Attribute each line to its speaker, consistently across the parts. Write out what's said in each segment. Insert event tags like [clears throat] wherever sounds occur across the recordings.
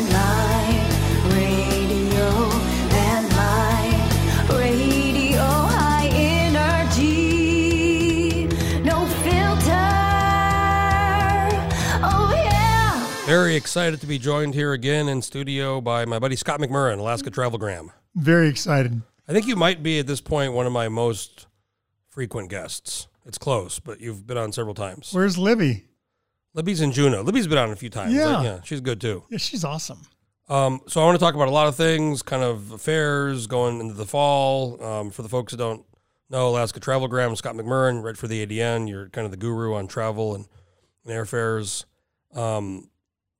Speaker 1: Landline radio, landline radio, high energy, no filter. Oh yeah,
Speaker 2: Very excited to be joined here again in studio by my buddy Scott McMurrin, Alaska Travelgram.
Speaker 3: Very excited.
Speaker 2: I think you might be at this point one of my most frequent guests. It's close, but you've been on several times.
Speaker 3: Where's Libby?
Speaker 2: Libby's in Juneau. Libby's been on a few times.
Speaker 3: Yeah.
Speaker 2: Like, yeah, she's good too.
Speaker 3: Yeah, she's awesome.
Speaker 2: Um, so I want to talk about a lot of things, kind of affairs going into the fall. Um, for the folks that don't know, Alaska Travelgram, Scott McMurrin, right for the ADN. You're kind of the guru on travel and, and airfares. Um,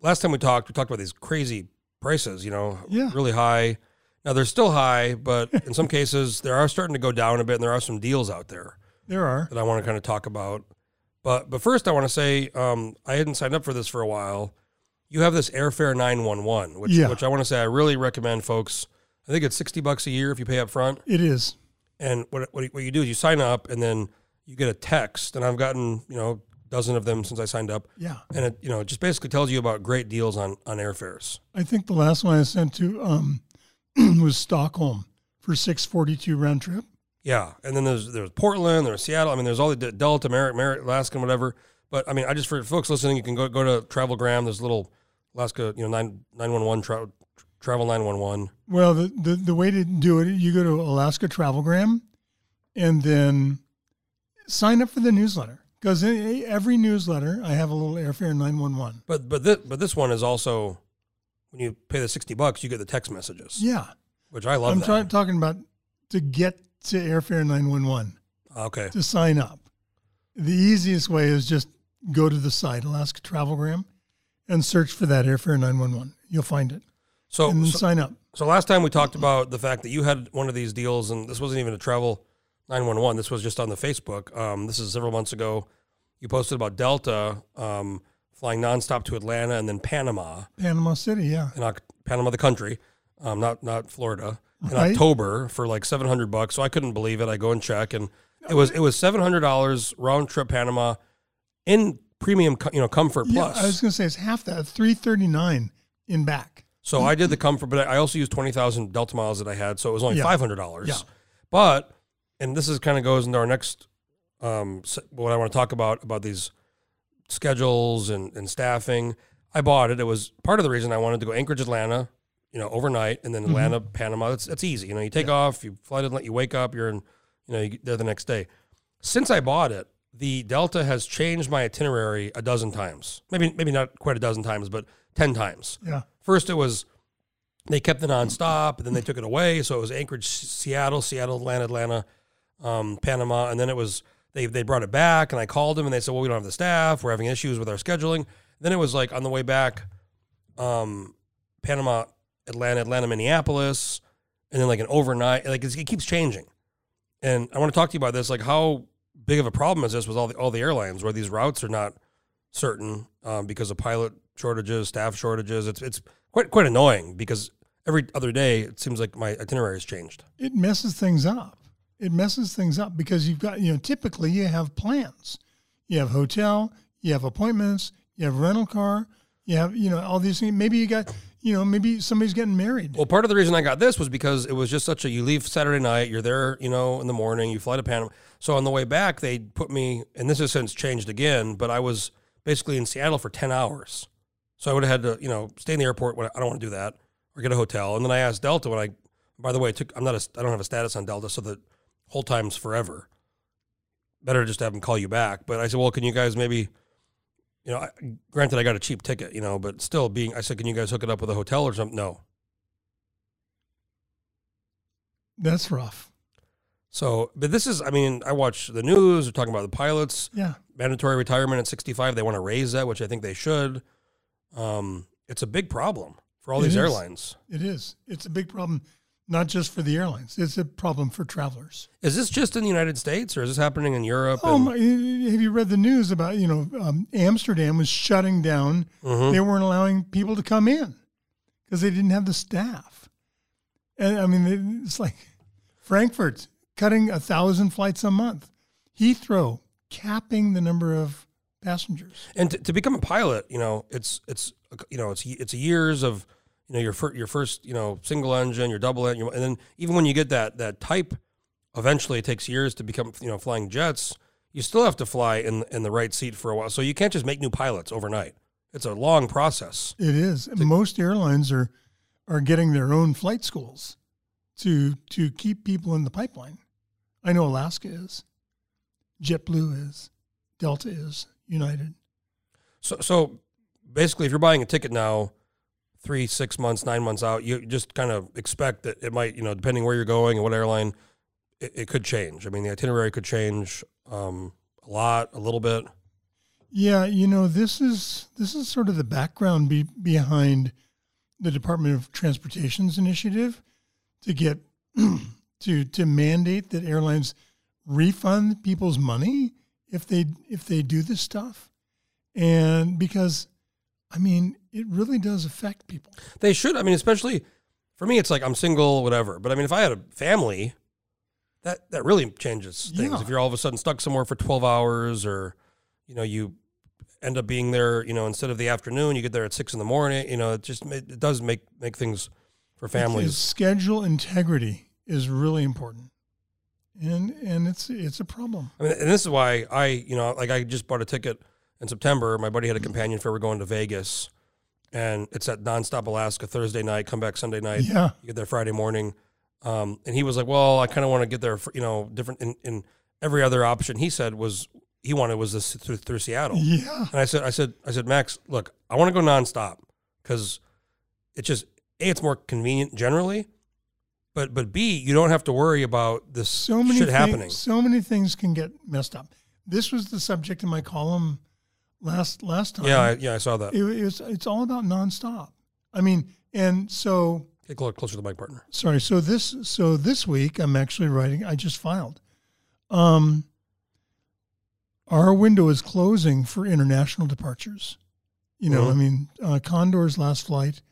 Speaker 2: last time we talked, we talked about these crazy prices. You know,
Speaker 3: Yeah.
Speaker 2: really high. Now they're still high, but in some cases they are starting to go down a bit, and there are some deals out there
Speaker 3: There are.
Speaker 2: that I want to kind of talk about. But but first, I want to say um, I hadn't signed up for this for a while. You have this airfare nine one one, which
Speaker 3: Yeah.
Speaker 2: which I want to say I really recommend, folks. I think it's sixty bucks a year if you pay up front.
Speaker 3: It is.
Speaker 2: And what what, what you do is you sign up, and then you get a text. And I've gotten you know a dozen of them since I signed up,
Speaker 3: Yeah.
Speaker 2: and it you know it just basically tells you about great deals on on airfares.
Speaker 3: I think the last one I sent to um, [clears throat] was Stockholm for 642 round trip.
Speaker 2: Yeah, and then there's there's Portland, there's Seattle. I mean, there's all the Delta, Merritt, Merritt, Alaskan, whatever. But I mean, I just for folks listening, you can go go to TravelGram. There's little Alaska, you know, nine nine one one tra- travel nine one one.
Speaker 3: Well, the, the, the way to do it, you go to Alaska Travelgram and then sign up for the newsletter. Because every newsletter, I have a little airfare 911.
Speaker 2: But but this but this one is also when you pay the sixty bucks, you get the text messages,
Speaker 3: Yeah.
Speaker 2: which I love.
Speaker 3: I'm
Speaker 2: that.
Speaker 3: try- talking about to get to airfare 911.
Speaker 2: okay,
Speaker 3: to sign up. The easiest way is just go to the site, Alaska Travelgram, and search for that Airfare 911. You'll find it.
Speaker 2: so
Speaker 3: and then
Speaker 2: Oh, so,
Speaker 3: sign up.
Speaker 2: so last time we talked about the fact that you had one of these deals, and this wasn't even a travel nine one one. This was just on the Facebook. Um, this is several months ago. You posted about Delta um, flying nonstop to Atlanta and then Panama.
Speaker 3: Panama City, yeah.
Speaker 2: in Oc- Panama, the country, um, not not Florida, in
Speaker 3: Right.
Speaker 2: October for like seven hundred bucks. So I couldn't believe it. I go and check, and it was it was seven hundred dollars round trip Panama in premium, co- you know, comfort
Speaker 3: Yeah,
Speaker 2: plus.
Speaker 3: I was going to say it's half that, 339 in back.
Speaker 2: so I did the comfort, but I also used twenty thousand Delta miles that I had, so it was only
Speaker 3: Mm-hmm. Yeah.
Speaker 2: five hundred dollars.
Speaker 3: Yeah.
Speaker 2: But and this is kind of goes into our next um, se- what I want to talk about about these schedules and, and staffing. I bought it. It was part of the reason I wanted to go Anchorage, Atlanta, you know, overnight, and then
Speaker 3: Mm-hmm.
Speaker 2: Atlanta, Panama. That's that's easy. You know, you take off, you fly to Atlanta, you wake up, you're in, you know, you get there the next day. Since I bought it, the Delta has changed my itinerary a dozen times. Maybe maybe not quite a dozen times, but ten times.
Speaker 3: Yeah.
Speaker 2: First, it was they kept the nonstop, and then they took it away. So it was Anchorage, Seattle, Seattle, Atlanta, Atlanta, um, Panama, and then it was they they brought it back, and I called them, and they said, "Well, we don't have the staff. We're having issues with our scheduling." Then it was like on the way back, um, Panama, Atlanta, Atlanta, Minneapolis, and then like an overnight. Like it's, it keeps changing, and I want to talk to you about this. Like how big of a problem is this with all the all the airlines where these routes are not certain um, because of pilot shortages, staff shortages. It's it's quite quite annoying because every other day it seems like my itinerary has changed.
Speaker 3: It messes things up. It messes things up because you've got, you know, typically you have plans. You have hotel, you have appointments, you have rental car, you have, you know, all these things. Maybe you got, you know, maybe somebody's getting married.
Speaker 2: Well, part of the reason I got this was because it was just such a you leave Saturday night, you're there, you know, in the morning, you fly to Panama. So on the way back, they put me, and this has since changed again, but I was basically in Seattle for 10 hours. So I would have had to, you know, stay in the airport. When I, I don't want to do that or get a hotel. And then I asked Delta when I, by the way, I took, I'm not, a, I don't have a status on Delta, so the whole time's forever. Better just have them call you back. But I said, well, can you guys maybe, you know, I, granted I got a cheap ticket, you know, but still being, I said, can you guys hook it up with a hotel or something? No.
Speaker 3: That's rough.
Speaker 2: So, but this is, I mean, I watch the news, they're talking about the pilots,
Speaker 3: Yeah.
Speaker 2: mandatory retirement at 65. They want to raise that, which I think they should. Um, it's a big problem for all
Speaker 3: It
Speaker 2: these
Speaker 3: is.
Speaker 2: airlines.
Speaker 3: It is. It's a big problem, not just for the airlines. It's a problem for travelers.
Speaker 2: Is this just in the United States or is this happening in Europe?
Speaker 3: Oh
Speaker 2: and-
Speaker 3: my! Have you read the news about you know um, Amsterdam was shutting down? They weren't allowing people to come in because they didn't have the staff. And I mean, it's like Frankfurt's cutting a thousand flights a month. Heathrow capping the number of passengers.
Speaker 2: And to, to become a pilot, you know, it's it's you know, it's it's years of you know your fir- your first you know single engine, your double engine, and then even when you get that that type, eventually it takes years to become you know flying jets. You still have to fly in in the right seat for a while, so you can't just make new pilots overnight. It's a long process.
Speaker 3: It is. Most airlines are are getting their own flight schools to to keep people in the pipeline. I know Alaska is, JetBlue is, Delta is, United.
Speaker 2: So, so basically, if you're buying a ticket now, three, six months, nine months out, you just kind of expect that it might, you know, depending where you're going and what airline, it, it could change. I mean, the itinerary could change um, a lot, a little bit.
Speaker 3: Yeah, you know this is this is sort of the background be, behind the Department of Transportation's initiative to get [clears throat] to to mandate that airlines refund people's money if they if they do this stuff, and because I mean it really does affect people.
Speaker 2: They should. I mean, especially for me, it's like I'm single, whatever. But I mean, if I had a family, that that really changes things.
Speaker 3: Yeah.
Speaker 2: If you're all of a sudden stuck somewhere for 12 hours, or you know, you end up being there, you know, instead of the afternoon, you get there at six in the morning. You know, it just it, it does make make things for
Speaker 3: Because
Speaker 2: families.
Speaker 3: schedule integrity is really important, and and it's it's a problem.
Speaker 2: I mean, and this is why I, you know, like I just bought a ticket in September. My buddy had a companion fair. We're going to Vegas, and it's at nonstop Alaska Thursday night, come back Sunday night.
Speaker 3: Yeah.
Speaker 2: you get there Friday morning. Um, and he was like, "Well, I kind of want to get there, for, you know, different." And, and every other option he said was he wanted was this through, through Seattle.
Speaker 3: Yeah,
Speaker 2: And I said, I said, I said, Max, look, I want to go nonstop because it's just a, it's more convenient generally, but but b, you don't have to worry about this
Speaker 3: so many
Speaker 2: shit
Speaker 3: thi-
Speaker 2: happening.
Speaker 3: So many things can get messed up. This was the subject of my column last last time.
Speaker 2: Yeah, I, yeah, I saw that.
Speaker 3: it, it's it's all about nonstop. I mean, and so
Speaker 2: Get clo- closer to the mic, partner.
Speaker 3: sorry. So this so this week I'm actually writing. I just filed. Um, our window is closing for international departures. You know,
Speaker 2: Mhm.
Speaker 3: I mean, uh, Condor's last flight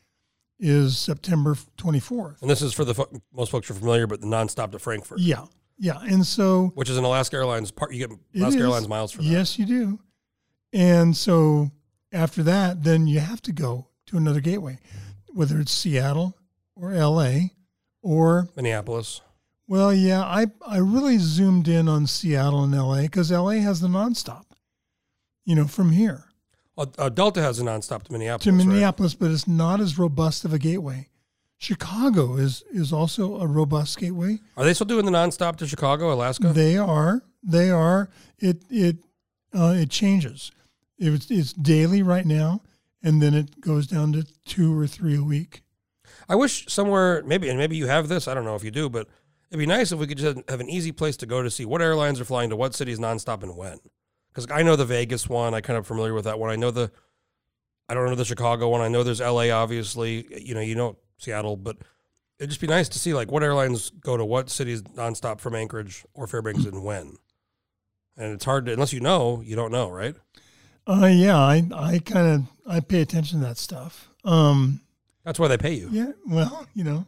Speaker 3: is September 24th.
Speaker 2: And this is for the fo- most folks are familiar, but the nonstop to Frankfurt,
Speaker 3: Yeah, yeah, and so
Speaker 2: which is an Alaska Airlines part. You get
Speaker 3: It
Speaker 2: Alaska
Speaker 3: is.
Speaker 2: Airlines miles for that.
Speaker 3: Yes, you do. And so after that, then you have to go to another gateway, whether it's Seattle or LA or
Speaker 2: Minneapolis.
Speaker 3: well, yeah, I I really zoomed in on Seattle and LA cuz LA has the nonstop. You know, from here
Speaker 2: Uh, uh, Delta has a nonstop to Minneapolis.
Speaker 3: to
Speaker 2: right?
Speaker 3: Minneapolis, but it's not as robust of a gateway. Chicago is is also a robust gateway.
Speaker 2: Are they still doing the nonstop to Chicago, Alaska?
Speaker 3: They are. They are. It it uh, it changes. It, was- it's daily right now, and then it goes down to two or three a week.
Speaker 2: I wish somewhere maybe, and maybe you have this. I don't know if you do, but it'd be nice if we could just have an easy place to go to see what airlines are flying to what cities nonstop and when. Because I know the Vegas one, I kind of familiar with that one. I know the, I don't know the Chicago one. I know there's L.A. Obviously, you know, you know Seattle, but it'd just be nice to see like what airlines go to what cities nonstop from Anchorage or Fairbanks and when. And it's hard to unless you know, you don't know, right?
Speaker 3: Uh, yeah, I I kind of I pay attention to that stuff. Um,
Speaker 2: That's why they pay you.
Speaker 3: yeah, well, [laughs] you know,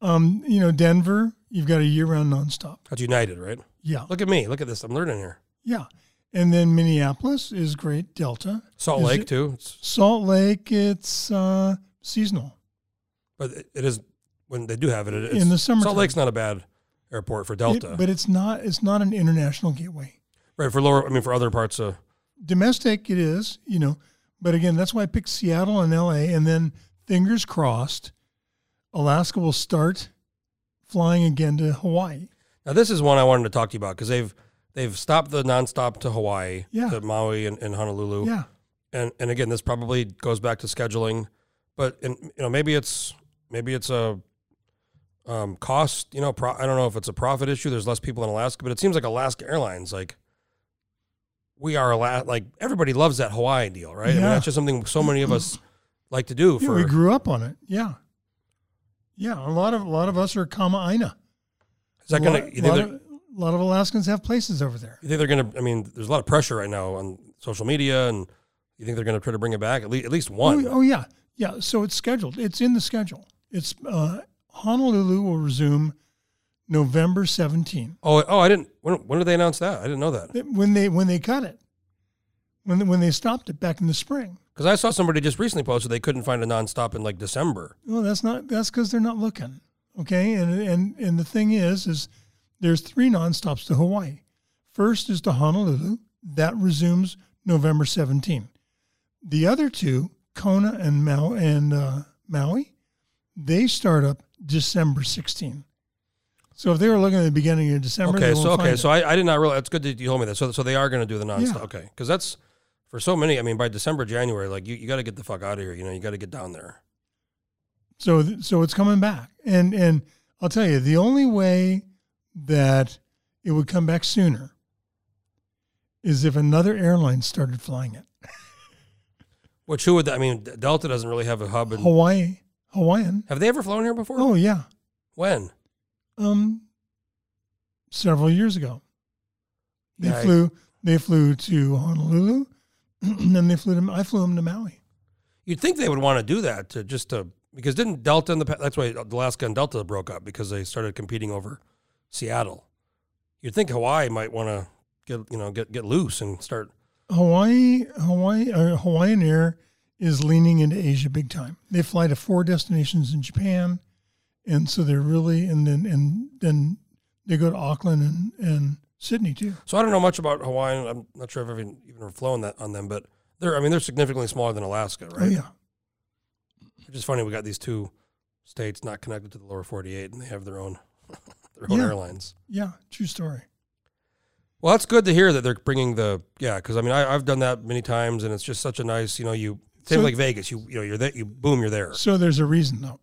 Speaker 3: um, you know, Denver, you've got a year-round nonstop.
Speaker 2: That's United, right?
Speaker 3: Yeah,
Speaker 2: Look at me. Look at this. I'm learning here.
Speaker 3: yeah, and then Minneapolis is great. Delta,
Speaker 2: Salt
Speaker 3: Is
Speaker 2: Lake
Speaker 3: it-
Speaker 2: too. It's
Speaker 3: Salt Lake, it's uh, seasonal.
Speaker 2: But it it is when they do have it. it- It's,
Speaker 3: the summertime.
Speaker 2: Salt Lake's not a bad airport for
Speaker 3: It-
Speaker 2: Delta,
Speaker 3: but it's not it's not an international gateway.
Speaker 2: right? For lower, I mean, for other parts of
Speaker 3: domestic it is, you know, but again, that's why I picked Seattle and LA and then fingers crossed Alaska will start flying again to Hawaii.
Speaker 2: now. This is one I wanted to talk to you about because they've they've stopped the nonstop to Hawaii,
Speaker 3: Yeah.
Speaker 2: to Maui and, and Honolulu,
Speaker 3: Yeah.
Speaker 2: and and again, this probably goes back to scheduling, but and you know maybe it's maybe it's a um, cost. You know, pro, I don't know if it's a profit issue. There's less people in Alaska, but it seems like Alaska Airlines like. We are Ala- like everybody loves that Hawaii deal, right? I mean,
Speaker 3: Yeah.
Speaker 2: that's just something so many of
Speaker 3: [clears throat]
Speaker 2: us like to do.
Speaker 3: Yeah,
Speaker 2: For
Speaker 3: we grew up on it. Yeah. Yeah, a lot of a lot of us are Kamaaina.
Speaker 2: Is that going
Speaker 3: a
Speaker 2: to?
Speaker 3: lot,
Speaker 2: You think
Speaker 3: lot
Speaker 2: they're-
Speaker 3: of, a lot of Alaskans have places over there.
Speaker 2: you think they're going to? I mean, there's a lot of pressure right now on social media, and you think they're going to try to bring it back at least at least one.
Speaker 3: Oh, oh yeah, yeah. So it's scheduled. It's in the schedule. It's uh, Honolulu will resume November 17th.
Speaker 2: oh, oh, I didn't. When, when did they announce that? I didn't know that.
Speaker 3: that when they when they cut it when when they stopped it back in the spring.
Speaker 2: Because I saw somebody just recently posted they couldn't find a nonstop in like December.
Speaker 3: Well, that's not that's because they're not looking. Okay, and and and the thing is, is there's three nonstops to Hawaii. First is to Honolulu, that resumes November 17. The other two, Kona and Mau and uh, Maui, they start up December 16. So if they were looking at the beginning of December,
Speaker 2: Okay,
Speaker 3: they
Speaker 2: so
Speaker 3: won't
Speaker 2: okay,
Speaker 3: find
Speaker 2: so I, I did not realize. That's good that you told me that. So so they are going to do the nonstop.
Speaker 3: Yeah.
Speaker 2: Okay, because that's for so many. I mean, by December, January, like you, you got to get the fuck out of here. You know, you got to get down there.
Speaker 3: So th- so it's coming back, and and I'll tell you the only way that it would come back sooner is if another airline started flying it.
Speaker 2: Which who would that? I mean, D- Delta doesn't really have a hub. In,
Speaker 3: Hawaii, Hawaiian.
Speaker 2: have they ever flown here before?
Speaker 3: Oh yeah,
Speaker 2: When?
Speaker 3: um, several years ago, they
Speaker 2: Yeah, I-
Speaker 3: flew they flew to Honolulu, [clears throat] and then they flew to I flew them to Maui.
Speaker 2: You'd think they would want to do that to just to because didn't Delta in the pa- that's why Alaska and Delta broke up because they started competing over Seattle. You'd think Hawaii might want to get you know get get loose and start.
Speaker 3: Hawaii, Hawaii, or Hawaiian Air is leaning into Asia big time. They fly to four destinations in Japan, and so they're really and then and then they go to Auckland and and Sydney too. Oh,
Speaker 2: So I don't know much about Hawaiian. I'm not sure if I've even, even flown that on them, but they're I mean they're significantly smaller than Alaska, right?
Speaker 3: Oh yeah,
Speaker 2: Which is funny. We got these two states not connected to the lower 48, and they have their own [laughs] their own
Speaker 3: Yeah.
Speaker 2: airlines.
Speaker 3: yeah, true story.
Speaker 2: Well, that's good to hear that they're bringing the yeah. Because I mean, I, I've done that many times, and it's just such a nice you know you same
Speaker 3: So-
Speaker 2: like Vegas. You you know you're there. You boom, you're there.
Speaker 3: So there's a reason though.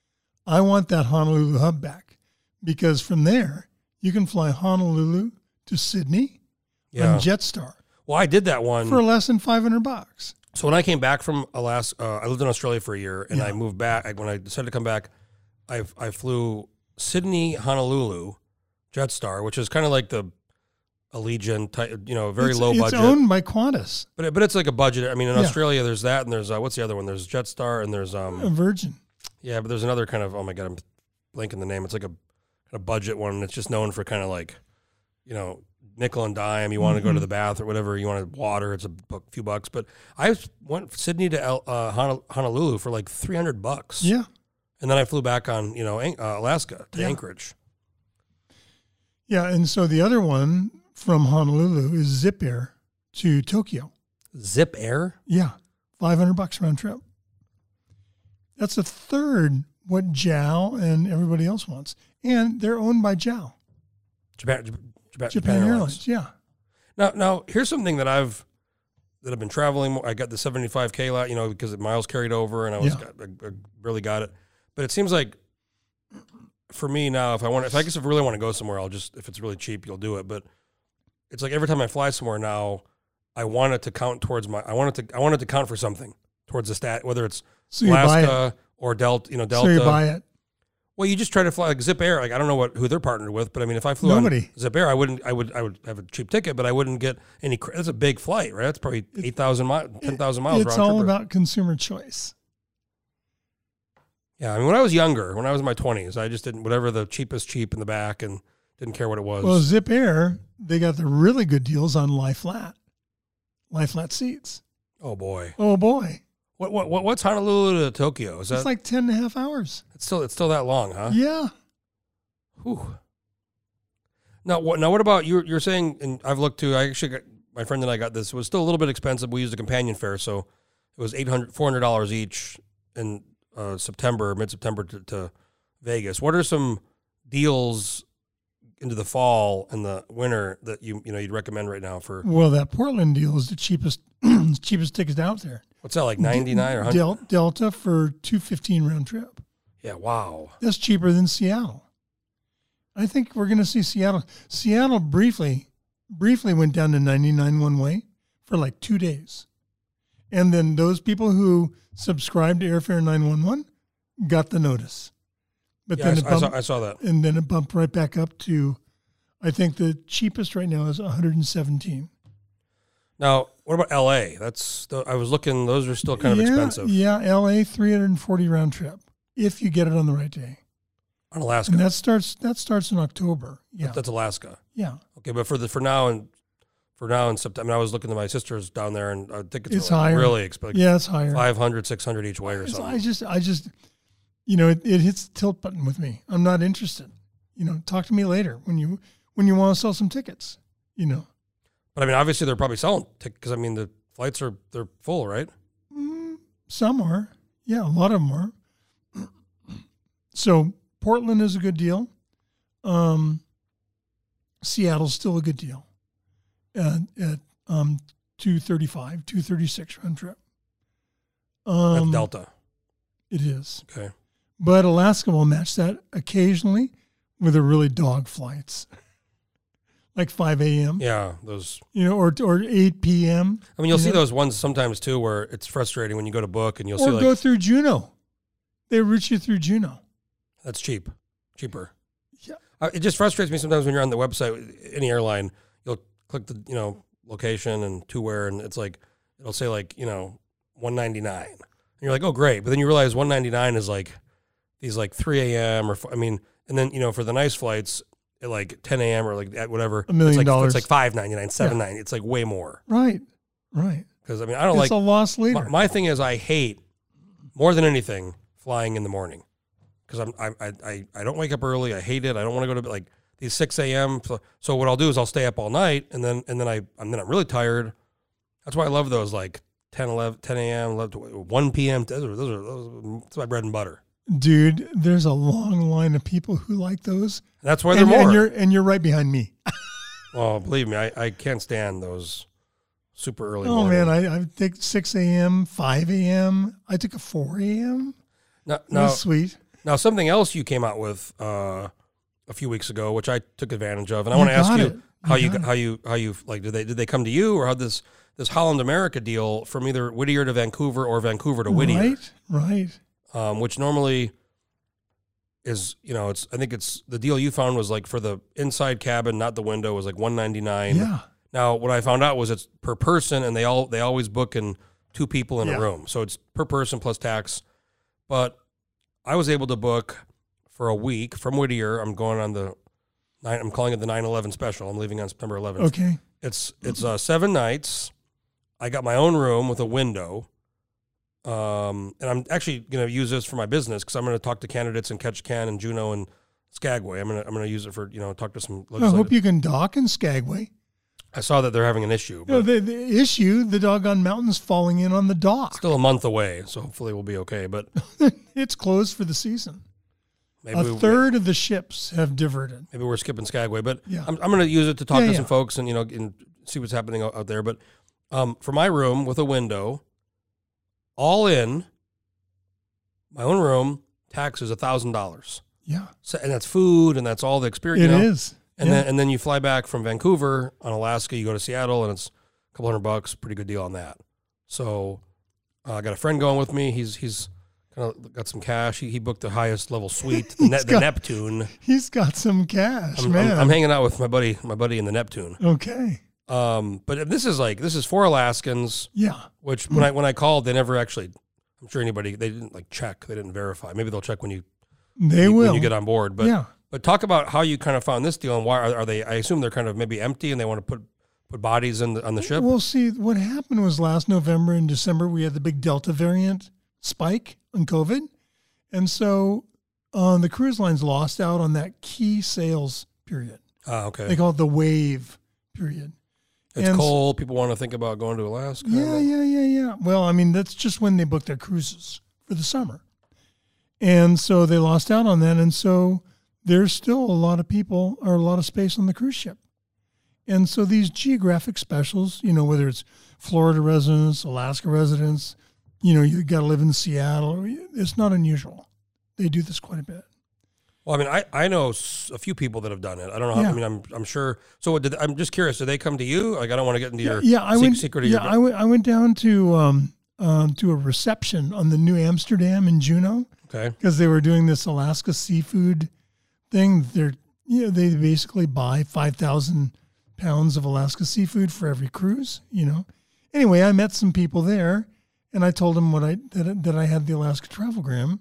Speaker 3: [clears throat] I want that Honolulu hub back because from there you can fly Honolulu to Sydney
Speaker 2: Yeah. Mm.
Speaker 3: on JetStar
Speaker 2: Well, I did that one.
Speaker 3: for less than five hundred bucks.
Speaker 2: so when I came back from Alaska, uh, I lived in Australia for a year, and I
Speaker 3: Yeah.
Speaker 2: moved back. I, when I decided to come back, I I flew Sydney Honolulu, Jetstar, which is kind of like the Allegiant, type, you know, very
Speaker 3: It's-
Speaker 2: low budget.
Speaker 3: It's owned by Qantas,
Speaker 2: but it, but it's like a budget. I mean, in
Speaker 3: Yeah.
Speaker 2: Australia, there's that, and there's uh, what's the other one? There's Jetstar, and there's
Speaker 3: a
Speaker 2: um
Speaker 3: Virgin.
Speaker 2: yeah, but there's another kind of oh my god, I'm blanking the name. It's like a a budget one. and It's just known for kind of like you know nickel and dime. You want to go
Speaker 3: Mm-hmm.
Speaker 2: to the bath or whatever. You want to water. It's a bu- few bucks. But I went from Sydney to El, uh, Honol- Honolulu for like three hundred bucks.
Speaker 3: Yeah.
Speaker 2: and then I flew back on you know An- uh, Alaska to
Speaker 3: Yeah.
Speaker 2: Anchorage.
Speaker 3: Yeah, and so the other one from Honolulu is Zip Air to Tokyo.
Speaker 2: Zip Air.
Speaker 3: Yeah, five hundred bucks round trip. That's a third what JAL and everybody else wants, and they're owned by JAL,
Speaker 2: Japan, Japan, Japan,
Speaker 3: Japan, Airlines. Yeah,
Speaker 2: Now, now here's something that I've that I've been traveling. more- I got the 75k lot, you know, because the miles carried over, and I was
Speaker 3: Yeah.
Speaker 2: got, I, I really got it. But it seems like for me now, if I want, if I guess if I really want to go somewhere, I'll just if it's really cheap, you'll do it. But it's like every time I fly somewhere now, I want it to count towards my. I want it to. I want it to count for something towards the stat, whether it's
Speaker 3: so you buy it.
Speaker 2: Alaska or Delta. You know, Delta.
Speaker 3: So you buy it.
Speaker 2: Well, you just try to fly like Zip Air. Like I don't know what who they're partnered with, but I mean, if I flew
Speaker 3: Nobody.
Speaker 2: on Zip Air, I wouldn't. I would. I would have a cheap ticket, but I wouldn't get any. cra- That's a big flight, right? That's probably eight thousand miles, ten thousand miles.
Speaker 3: It's
Speaker 2: round
Speaker 3: all
Speaker 2: trip.
Speaker 3: about consumer choice.
Speaker 2: Yeah, I mean, when I was younger, when I was in my twenties, I just didn't whatever the cheapest cheap in the back and didn't care what it was.
Speaker 3: Well, Zip Air, they got the really good deals on lie flat, lie flat seats.
Speaker 2: oh boy,
Speaker 3: Oh boy,
Speaker 2: what, what what what's Honolulu to Tokyo? Is that
Speaker 3: it's like 10 and a half hours.
Speaker 2: it's still it's still that long, huh?
Speaker 3: Yeah.
Speaker 2: Whew. Now, what, now, what about you? You're saying, and I've looked to. I actually got my friend and I got this. It was still a little bit expensive. We used a companion fare, so it was 800 400 dollars each in uh, September, mid September to, to Vegas. What are some deals into the fall and the winter that you you know you'd recommend right now for
Speaker 3: Well, that Portland deal is the cheapest [clears throat] cheapest ticket out there.
Speaker 2: what's that like 99 or 100?
Speaker 3: Del- Delta for two fifteen round trip.
Speaker 2: Yeah, wow.
Speaker 3: That's cheaper than Seattle. I think we're going to see Seattle. Seattle briefly, briefly went down to ninety nine one way for like two days, and then those people who subscribed to airfare nine one one got the notice, but
Speaker 2: Yeah, I,
Speaker 3: then
Speaker 2: s-
Speaker 3: it
Speaker 2: I saw,
Speaker 3: bumped,
Speaker 2: I saw that.
Speaker 3: and then it bumped right back up to. I think the cheapest right now is one hundred and seventeen.
Speaker 2: Now, what about L.A.? That's the, I was looking; those are still kind of
Speaker 3: yeah,
Speaker 2: expensive
Speaker 3: Yeah, LA 340 round trip if you get it on the right day.
Speaker 2: on Alaska.
Speaker 3: And that starts that starts in October. Yeah.
Speaker 2: That's Alaska.
Speaker 3: yeah.
Speaker 2: Okay, but for the for now and for now in September. I, mean, I was looking to my sisters down there, and I think it's,
Speaker 3: It's
Speaker 2: really,
Speaker 3: higher.
Speaker 2: really expensive.
Speaker 3: yeah, it's higher.
Speaker 2: 500, 600 each way or
Speaker 3: It's-
Speaker 2: something.
Speaker 3: I just, I just, you know, it, it hits the tilt button with me. I'm not interested. You know, talk to me later when you when you want to sell some tickets. You know,
Speaker 2: But I mean, obviously they're probably selling tickets because I mean the flights are they're full, right?
Speaker 3: some are, yeah, a lot of them are. [clears throat] So Portland is a good deal. Um, Seattle's still a good deal. At at um two thirty five, two thirty six round trip.
Speaker 2: That's
Speaker 3: Um,
Speaker 2: Delta.
Speaker 3: it is.
Speaker 2: Okay.
Speaker 3: But Alaska will match that occasionally with the really dog flights, [laughs] like 5 a.m.
Speaker 2: Yeah, those.
Speaker 3: you know, or or 8 p.m.
Speaker 2: I mean, you'll
Speaker 3: you
Speaker 2: see
Speaker 3: know,
Speaker 2: those ones sometimes too, where it's frustrating when you go to book and you'll see
Speaker 3: or
Speaker 2: like
Speaker 3: go through Juneau. They route you through Juneau.
Speaker 2: that's cheap, cheaper.
Speaker 3: Yeah.
Speaker 2: I, it just frustrates me sometimes when you're on the website, any airline, you'll click the you know location and to where, and it's like it'll say like you know 199, and you're like, oh great, but then you realize 199 is like these like 3 a.m. or f- I mean, and then you know for the nice flights at like 10 a.m. or like at whatever,
Speaker 3: A million
Speaker 2: it's like,
Speaker 3: dollars.
Speaker 2: it's like 5.99, 7.99, it's like way more
Speaker 3: Right, right.
Speaker 2: because I mean I don't like
Speaker 3: it's a lost leader.
Speaker 2: my, my thing is I hate more than anything flying in the morning because I'm I, I I I don't wake up early. I hate it. I don't want to go to bed like these six a.m. So, so what I'll do is I'll stay up all night and then and then I and then I'm really tired. That's why I love those like 10, 11, 10 a.m. 11 to 1 p.m. Those are, those are those, that's my bread and butter.
Speaker 3: Dude, there's a long line of people who like those.
Speaker 2: And that's why they're
Speaker 3: And, and you're
Speaker 2: more.
Speaker 3: and you're right behind me.
Speaker 2: Well, believe me, I, I can't stand those super early.
Speaker 3: Oh man, I, I take 6 a.m., 5 a.m. I took a 4 a.m.
Speaker 2: no,
Speaker 3: It was sweet.
Speaker 2: Now, something else you came out with uh, a few weeks ago, which I took advantage of, and I want to ask
Speaker 3: got
Speaker 2: you
Speaker 3: it. You
Speaker 2: how you
Speaker 3: got it.
Speaker 2: how you how you like did they did they come to you or how this this Holland America deal from either Whittier to Vancouver or Vancouver to Whittier,
Speaker 3: Right, right.
Speaker 2: um, which normally is you know it's I think it's the deal you found was like for the inside cabin, not the window, was like one ninety nine.
Speaker 3: Yeah.
Speaker 2: Now, what I found out was it's per person, and they all they always book in two people in
Speaker 3: Yeah.
Speaker 2: a room, so it's per person plus tax. But I was able to book for a week from Whittier. I'm going on the nine. I'm calling it the 9/11 special. I'm leaving on September 11th.
Speaker 3: Okay.
Speaker 2: It's it's uh, seven nights. I got my own room with a window. Um, and I'm actually going to use this for my business because I'm going to talk to candidates in Ketchikan and Juneau and Skagway. I'm going to I'm going to use it for you know talk to some.
Speaker 3: I hope
Speaker 2: legislators.
Speaker 3: you can dock in Skagway.
Speaker 2: I saw that they're having an issue.
Speaker 3: You know, the, the issue, the doggone mountains falling in on the dock.
Speaker 2: still a month away, so hopefully we'll be okay.
Speaker 3: [laughs]
Speaker 2: But
Speaker 3: it's closed for the season.
Speaker 2: maybe
Speaker 3: a
Speaker 2: we,
Speaker 3: third of the ships have diverted.
Speaker 2: maybe we're skipping Skagway. But
Speaker 3: Yeah.
Speaker 2: I'm, I'm going to use it to talk
Speaker 3: Yeah,
Speaker 2: to
Speaker 3: yeah.
Speaker 2: some folks and you know and see what's happening out, out there. But um, for my room with a window, all in, my own room tax is a thousand dollars,
Speaker 3: Yeah,
Speaker 2: So- and that's food and that's all the
Speaker 3: it
Speaker 2: experience.
Speaker 3: is.
Speaker 2: you know? And
Speaker 3: Yeah.
Speaker 2: then and then you fly back from Vancouver on Alaska, you go to Seattle, and it's a couple hundred bucks. Pretty good deal on that. So uh, I got a friend going with me. He's he's kind of got some cash. He, he booked the highest level
Speaker 3: [laughs]
Speaker 2: suite, the, ne-
Speaker 3: He's
Speaker 2: the
Speaker 3: got-
Speaker 2: Neptune.
Speaker 3: He's got some cash,
Speaker 2: I'm,
Speaker 3: man.
Speaker 2: I'm, I'm hanging out with my buddy, my buddy in the Neptune.
Speaker 3: okay.
Speaker 2: Um, but this is like this is for Alaskans,
Speaker 3: Yeah.
Speaker 2: which
Speaker 3: Hmm.
Speaker 2: when I when I called, they never actually. I'm sure anybody they didn't like check. They didn't verify. Maybe they'll check when you
Speaker 3: They will.
Speaker 2: when you get on board. But
Speaker 3: yeah.
Speaker 2: but talk about how you kind of found this deal and why are, are they? I assume they're kind of maybe empty and they want to put put bodies in the, on the ship.
Speaker 3: Well, see, what happened was last November and December, we had the big Delta variant spike on COVID. And so uh, the cruise lines lost out on that key sales period.
Speaker 2: Ah,
Speaker 3: They
Speaker 2: okay.
Speaker 3: call it the wave period.
Speaker 2: It's
Speaker 3: and-
Speaker 2: cold. People want to think about going to Alaska.
Speaker 3: Yeah, yeah, yeah, yeah. Well, I mean, that's just when they book their cruises for the summer. And so they lost out on that. And so there's still a lot of people or a lot of space on the cruise ship. And so these geographic specials, you know, whether it's Florida residents, Alaska residents, you know, you got to live in Seattle, it's not unusual. They do this quite a bit.
Speaker 2: Well, I mean, I, I know s- a few people that have done it. I don't know. How, I
Speaker 3: Yeah.
Speaker 2: mean, I'm I'm sure. So what did, I'm just curious. Did they come to you? Like, I don't want to get into your
Speaker 3: yeah, I
Speaker 2: se-
Speaker 3: went,
Speaker 2: secret. Of
Speaker 3: yeah,
Speaker 2: your,
Speaker 3: I went. I went down to um, um, to a reception on the New Amsterdam in Juneau.
Speaker 2: okay.
Speaker 3: because they were doing this Alaska seafood thing. They're you know, they basically buy five thousand pounds of Alaska seafood for every cruise. You know. Anyway, I met some people there, and I told them what I that, that I had the Alaska travelgram,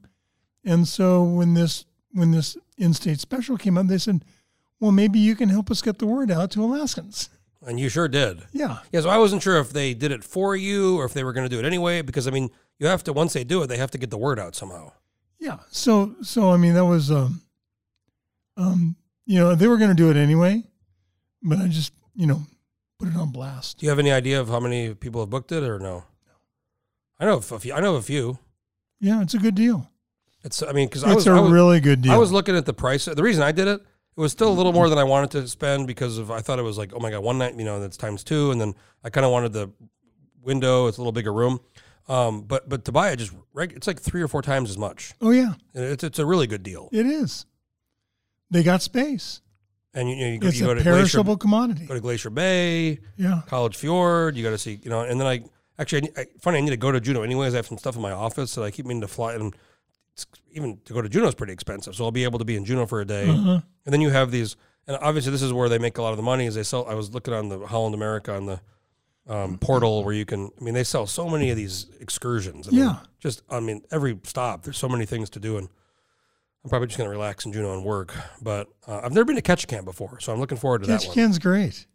Speaker 3: and so when this when this in-state special came up, they said, "Well, maybe you can help us get the word out to Alaskans." [laughs]
Speaker 2: and you sure did.
Speaker 3: Yeah.
Speaker 2: Yeah, so I wasn't sure if they did it for you or if they were going to do it anyway, because I mean, you have to once they do it, they have to get the word out somehow.
Speaker 3: Yeah. So so I mean that was um um you know they were going to do it anyway, but I just you know put it on blast.
Speaker 2: Do you have any idea of how many people have booked it or no? I know of a few. I know of a few.
Speaker 3: Yeah, it's a good deal.
Speaker 2: It's I mean because I
Speaker 3: It's
Speaker 2: was,
Speaker 3: a
Speaker 2: I was,
Speaker 3: really good deal.
Speaker 2: I was looking at the price. The reason I did it, it was still a little more than I wanted to spend because of I thought it was like oh my god one night you know that's times two, and then I kind of wanted the window. It's a little bigger room. Um, but but to buy it just reg- it's like three or four times as much.
Speaker 3: oh yeah,
Speaker 2: And It's it's a really good deal.
Speaker 3: it is. They got space.
Speaker 2: And you, you, know, you, go-
Speaker 3: It's
Speaker 2: you go
Speaker 3: a
Speaker 2: to Glacier,
Speaker 3: perishable
Speaker 2: go
Speaker 3: commodity.
Speaker 2: to Glacier Bay.
Speaker 3: Yeah.
Speaker 2: College Fjord. You got to see, you know. And then I actually, I, I- funny, I need to go to Juneau anyways. I have some stuff in my office that I keep meaning to fly, and it's, even to go to Juneau is pretty expensive. So I'll be able to be in Juneau for a day. And then you have these, and obviously this is where they make a lot of the money. Is they sell? I was looking on the Holland America on the um, portal where you can. I mean, they sell so many of these excursions. I mean,
Speaker 3: Yeah.
Speaker 2: Just I mean, every stop there's so many things to do and. I'm probably just going to relax in Juneau and work, but uh, I've never been to Ketchikan before, so I'm looking forward to that one.
Speaker 3: Ketchikan's great.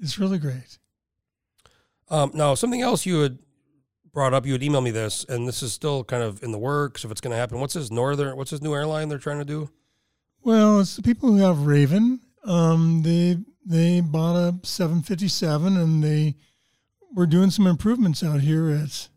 Speaker 3: It's really great.
Speaker 2: Um, now, something else you had brought up, you had emailed me this, and this is still kind of in the works if it's going to happen. What's his northern? What's his new airline they're trying to do?
Speaker 3: Well, it's the people who have Raven. Um, they they bought a 757 and they were doing some improvements out here at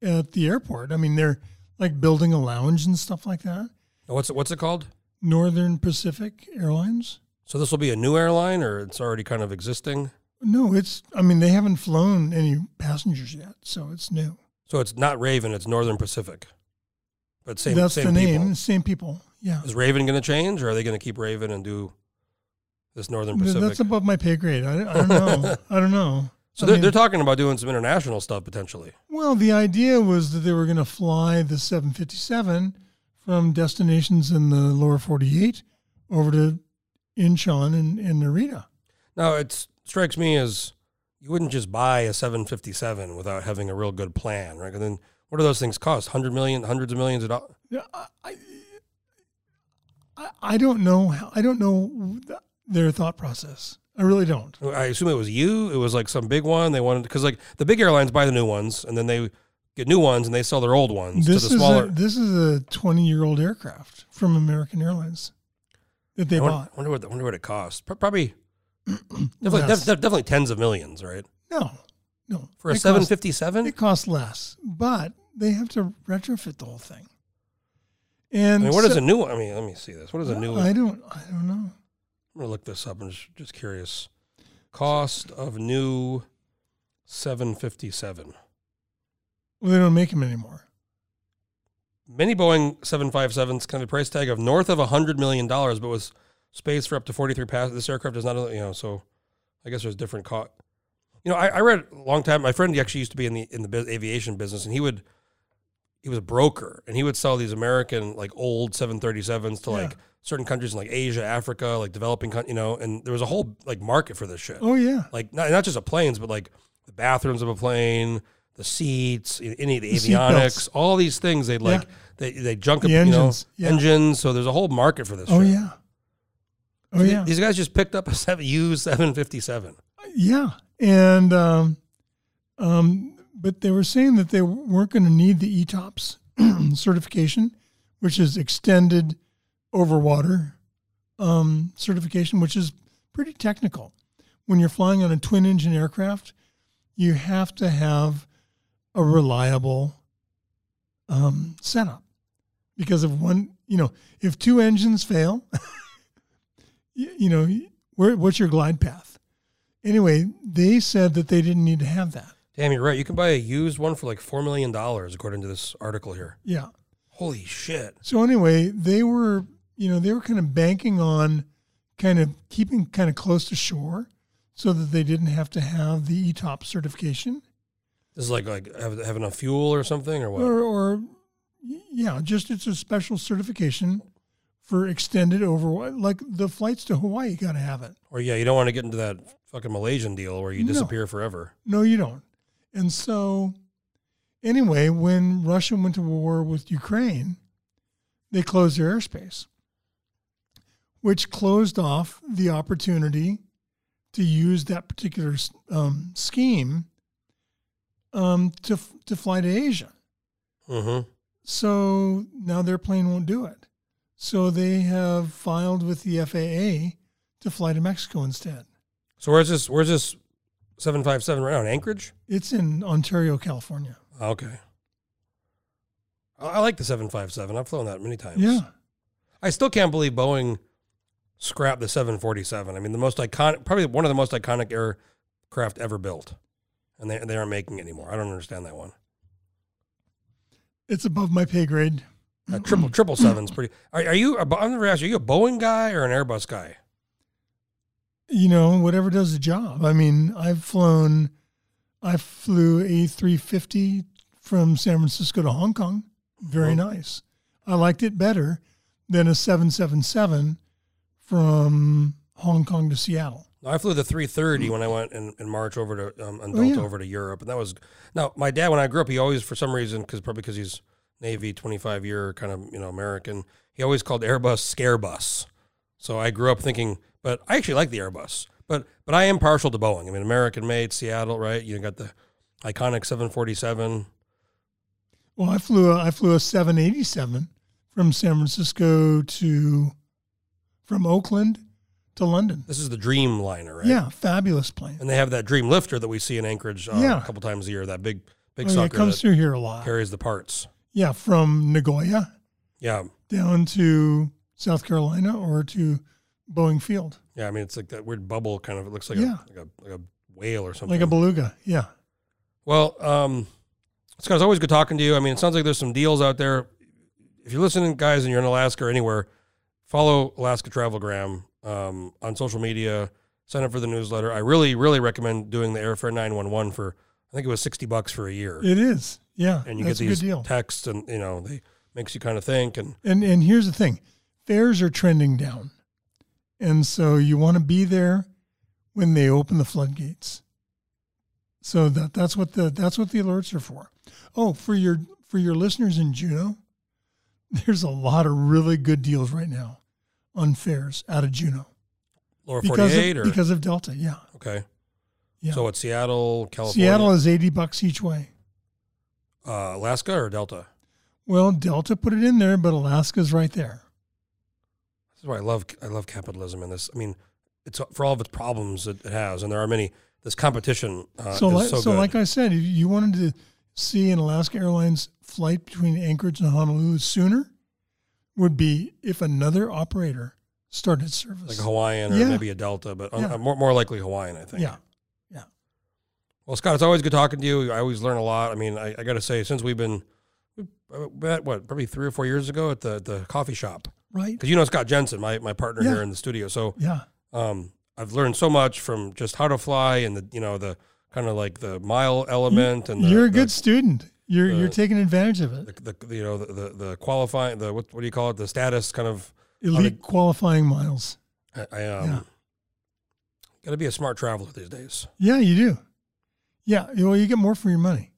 Speaker 3: at the airport. I mean, they're like building a lounge and stuff like that.
Speaker 2: What's it, what's it called?
Speaker 3: Northern Pacific Airlines.
Speaker 2: So this will be a new airline, or it's already kind of existing.
Speaker 3: No, it's. I mean, they haven't flown any passengers yet, so it's new.
Speaker 2: So it's not Raven; it's Northern Pacific. But same
Speaker 3: That's
Speaker 2: same
Speaker 3: the name.
Speaker 2: people.
Speaker 3: Same people. Yeah.
Speaker 2: Is Raven going to change, or are they going to keep Raven and do this Northern
Speaker 3: Th-
Speaker 2: Pacific?
Speaker 3: That's above my pay grade. I, I don't know. I don't know.
Speaker 2: [laughs] so
Speaker 3: I
Speaker 2: they're,
Speaker 3: mean-
Speaker 2: they're talking about doing some international stuff potentially.
Speaker 3: Well, the idea was that they were going to fly the 757 from destinations in the lower 48 over to Incheon and, and Narita.
Speaker 2: Now it strikes me as you wouldn't just buy a 757 without having a real good plan, right? And then what do those things cost? Hundred million, hundreds of millions of dollars.
Speaker 3: Yeah, I, I, I don't know. how- I don't know th- their thought process. I really don't.
Speaker 2: I assume it was you. It was like some big one they wanted because like the big airlines buy the new ones and then they get new ones and they sell their old ones
Speaker 3: This
Speaker 2: to the
Speaker 3: is
Speaker 2: smaller.
Speaker 3: a, this is a 20 year old aircraft from American Airlines that they
Speaker 2: I wonder,
Speaker 3: bought.
Speaker 2: wonder what the- wonder what it cost. Pro- Probably definitely,
Speaker 3: Less.
Speaker 2: def- def- definitely tens of millions, right?
Speaker 3: No, no.
Speaker 2: For a
Speaker 3: It cost-
Speaker 2: 757.
Speaker 3: It costs less, but they have to retrofit the whole thing. And
Speaker 2: I mean, what is
Speaker 3: so-
Speaker 2: a new one? I mean, let me see this. What is a new?
Speaker 3: I don't. I don't know.
Speaker 2: I'm gonna look this up. I'm just, just curious. Cost of new 757.
Speaker 3: Well, they don't make them anymore.
Speaker 2: Many Boeing 757s kind of price tag of north of 100 million dollars, but with space for up to 43 passengers. This aircraft is not, you know, so I guess there's different cost. You know, I, I read a long time. My friend he actually used to be in the in the bus- aviation business, and he would he was a broker, and he would sell these American like old 737s to
Speaker 3: Yeah.
Speaker 2: like certain countries in like Asia, Africa, like developing, coun- you know, and there was a whole like market for this shit.
Speaker 3: Oh yeah.
Speaker 2: like not, not just the planes, but like the bathrooms of a plane, the seats, i- any of the,
Speaker 3: The seat
Speaker 2: avionics,
Speaker 3: belts.
Speaker 2: all these things they like they they junk
Speaker 3: The
Speaker 2: up,
Speaker 3: engines,
Speaker 2: you
Speaker 3: yeah.
Speaker 2: know, engines. So there's a whole market for this.
Speaker 3: Oh
Speaker 2: shit.
Speaker 3: yeah. Oh
Speaker 2: Th-
Speaker 3: yeah.
Speaker 2: These guys just picked up a seven U seven fifty seven.
Speaker 3: Yeah. And um, um, but they were saying that they weren't going to need the E ETOPS [clears throat] certification, which is extended over water um, certification, which is pretty technical. When you're flying on a twin engine aircraft, you have to have a reliable um, setup because if one, you know, if two engines fail, [laughs] you, you know, where, what's your glide path? anyway, they said that they didn't need to have that.
Speaker 2: Damn, you're right. You can buy a used one for like four million dollars, according to this article here.
Speaker 3: Yeah.
Speaker 2: Holy shit!
Speaker 3: So anyway, they were, you know, they were kind of banking on kind of keeping kind of close to shore so that they didn't have to have the E ETOP certification
Speaker 2: This is like like have, have enough fuel or something or what?
Speaker 3: or, or yeah, just it's a special certification for extended over like the flights to Hawaii got to have it.
Speaker 2: Or yeah, you don't want to get into that fucking Malaysian deal where you
Speaker 3: No.
Speaker 2: disappear forever.
Speaker 3: No, you don't. And so, anyway, when Russia went to war with Ukraine, they closed their airspace, which closed off the opportunity to use that particular um, scheme um, to f- to fly to Asia.
Speaker 2: Mm-hmm.
Speaker 3: So now their plane won't do it. So they have filed with the FAA to fly to Mexico instead.
Speaker 2: So where's this? Where's this? Seven five seven right now in Anchorage.
Speaker 3: It's in Ontario, California.
Speaker 2: Okay. I I like the seven five seven. I've flown that many times.
Speaker 3: Yeah.
Speaker 2: I still can't believe Boeing scrapped the 747. I mean, the most iconic, probably one of the most iconic aircraft ever built, and they they aren't making it anymore. I don't understand that one.
Speaker 3: It's above my pay grade.
Speaker 2: Uh, triple triple seven's pretty. Are, are you? I've never asked. you, Are you a Boeing guy or an Airbus guy?
Speaker 3: You know, whatever does the job. I mean, I've flown, I flew A350 from San Francisco to Hong Kong. Very nice. I liked it better than a 777 from Hong Kong to Seattle.
Speaker 2: No, I flew the 330 when I went in, in March over to um, and
Speaker 3: Hmm. Oh,
Speaker 2: Delta
Speaker 3: yeah.
Speaker 2: over to Europe, and that was now my dad. When I grew up, he always for some reason because probably because he's Navy 25 year kind of you know American, he always called Airbus scare bus. So I grew up thinking, but I actually like the Airbus, but but I am partial to Boeing. I mean, American made Seattle, right? You got the iconic 747.
Speaker 3: Well, I flew a, I flew a 787 from San Francisco to from Oakland to London.
Speaker 2: This is the Dreamliner, right?
Speaker 3: Yeah, fabulous plane.
Speaker 2: And they have that Dream Lifter that we see in Anchorage uh,
Speaker 3: Yeah.
Speaker 2: a couple times a year. That big big uh,
Speaker 3: Oh, yeah, it
Speaker 2: sucker that
Speaker 3: comes through here a lot.
Speaker 2: carries the parts.
Speaker 3: Yeah, from Nagoya
Speaker 2: Yeah.
Speaker 3: down to South Carolina or to Boeing Field,
Speaker 2: Yeah, I mean it's like that weird bubble kind of. It looks like
Speaker 3: Yeah.
Speaker 2: a like a like a whale or something.
Speaker 3: like a beluga. Yeah,
Speaker 2: well, um, Scott, it's always good talking to you. I mean, it sounds like there's some deals out there. If you're listening, guys, and you're in Alaska or anywhere, follow Alaska Travelgram um, on social media. Sign up for the newsletter. I really, really recommend doing the Airfare 911 for. I think it was 60 bucks for a year,
Speaker 3: it is. Yeah,
Speaker 2: and you
Speaker 3: that's
Speaker 2: get these
Speaker 3: a good deal.
Speaker 2: texts, and you know they makes you kind of think. And
Speaker 3: And and here's the thing, fares are trending down, and so you want to be there when they open the floodgates. So that that's what the that's what the alerts are for. Oh, for your for your listeners in Juneau, [laughs] there's a lot of really good deals right now on fares out of Juneau
Speaker 2: Lower
Speaker 3: because
Speaker 2: 48
Speaker 3: of,
Speaker 2: or
Speaker 3: because of Delta. Yeah,
Speaker 2: okay,
Speaker 3: yeah.
Speaker 2: so it's Seattle, California,
Speaker 3: Seattle is eighty bucks each way.
Speaker 2: uh, Alaska, or Delta.
Speaker 3: Well, Delta put it in there, but Alaska's right there.
Speaker 2: This is why I love I love capitalism and this. I mean, it's for all of its problems it, it has, and there are many. This competition uh,
Speaker 3: so,
Speaker 2: is
Speaker 3: like,
Speaker 2: so,
Speaker 3: so
Speaker 2: good.
Speaker 3: like I said, if you wanted to see an Alaska Airlines flight between Anchorage and Honolulu sooner, would be if another operator started service.
Speaker 2: like a Hawaiian or
Speaker 3: Yeah.
Speaker 2: maybe a Delta, but uh,
Speaker 3: Yeah.
Speaker 2: more more likely Hawaiian, I think.
Speaker 3: yeah,
Speaker 2: Well, Scott, it's always good talking to you. I always learn a lot. I mean, I, I got to say, since we've been we met what probably three or four years ago at the at the coffee shop
Speaker 3: right.
Speaker 2: because you know Scott Jensen, my my partner
Speaker 3: Yeah.
Speaker 2: here in the studio. So
Speaker 3: Yeah,
Speaker 2: um, I've learned so much from just how to fly and the you know the kind of like the mile element and the,
Speaker 3: you're a
Speaker 2: the-
Speaker 3: good student. You're you're
Speaker 2: the-
Speaker 3: taking advantage of it.
Speaker 2: the, the you know the, the the qualifying the what what do you call it the status kind of
Speaker 3: Elite qualifying miles.
Speaker 2: I, I um
Speaker 3: Yeah.
Speaker 2: got to be a smart traveler these days.
Speaker 3: Yeah, you do. Yeah, well, you get more for your money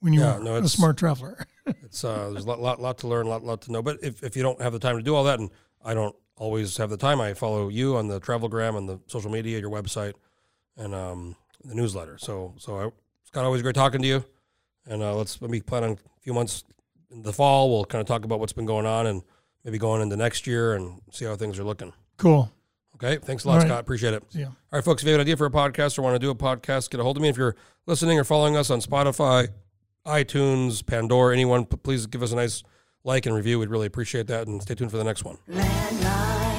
Speaker 3: when you
Speaker 2: Yeah,
Speaker 3: are
Speaker 2: no,
Speaker 3: a
Speaker 2: it's-
Speaker 3: smart traveler. [laughs]
Speaker 2: It's uh there's a lot lot, lot to learn, lot lot to know. But if, if you don't have the time to do all that, and I don't always have the time, I follow you on the Travelgram and the social media, your website, and um the newsletter. So so I, Scott, always great talking to you, and uh, let's maybe plan on a few months in the fall. We'll kind of talk about what's been going on and maybe going into next year and see how things are looking.
Speaker 3: Cool.
Speaker 2: Okay, thanks a
Speaker 3: All
Speaker 2: lot,
Speaker 3: right.
Speaker 2: Scott. Appreciate it.
Speaker 3: Yeah.
Speaker 2: All right, folks, if you have an idea for a podcast or want to do a podcast, get a hold of me. If you're listening or following us on Spotify, iTunes, Pandora, anyone, p- please give us a nice like and review. We'd really appreciate that. And stay tuned for the next one.
Speaker 1: Landline. Oh,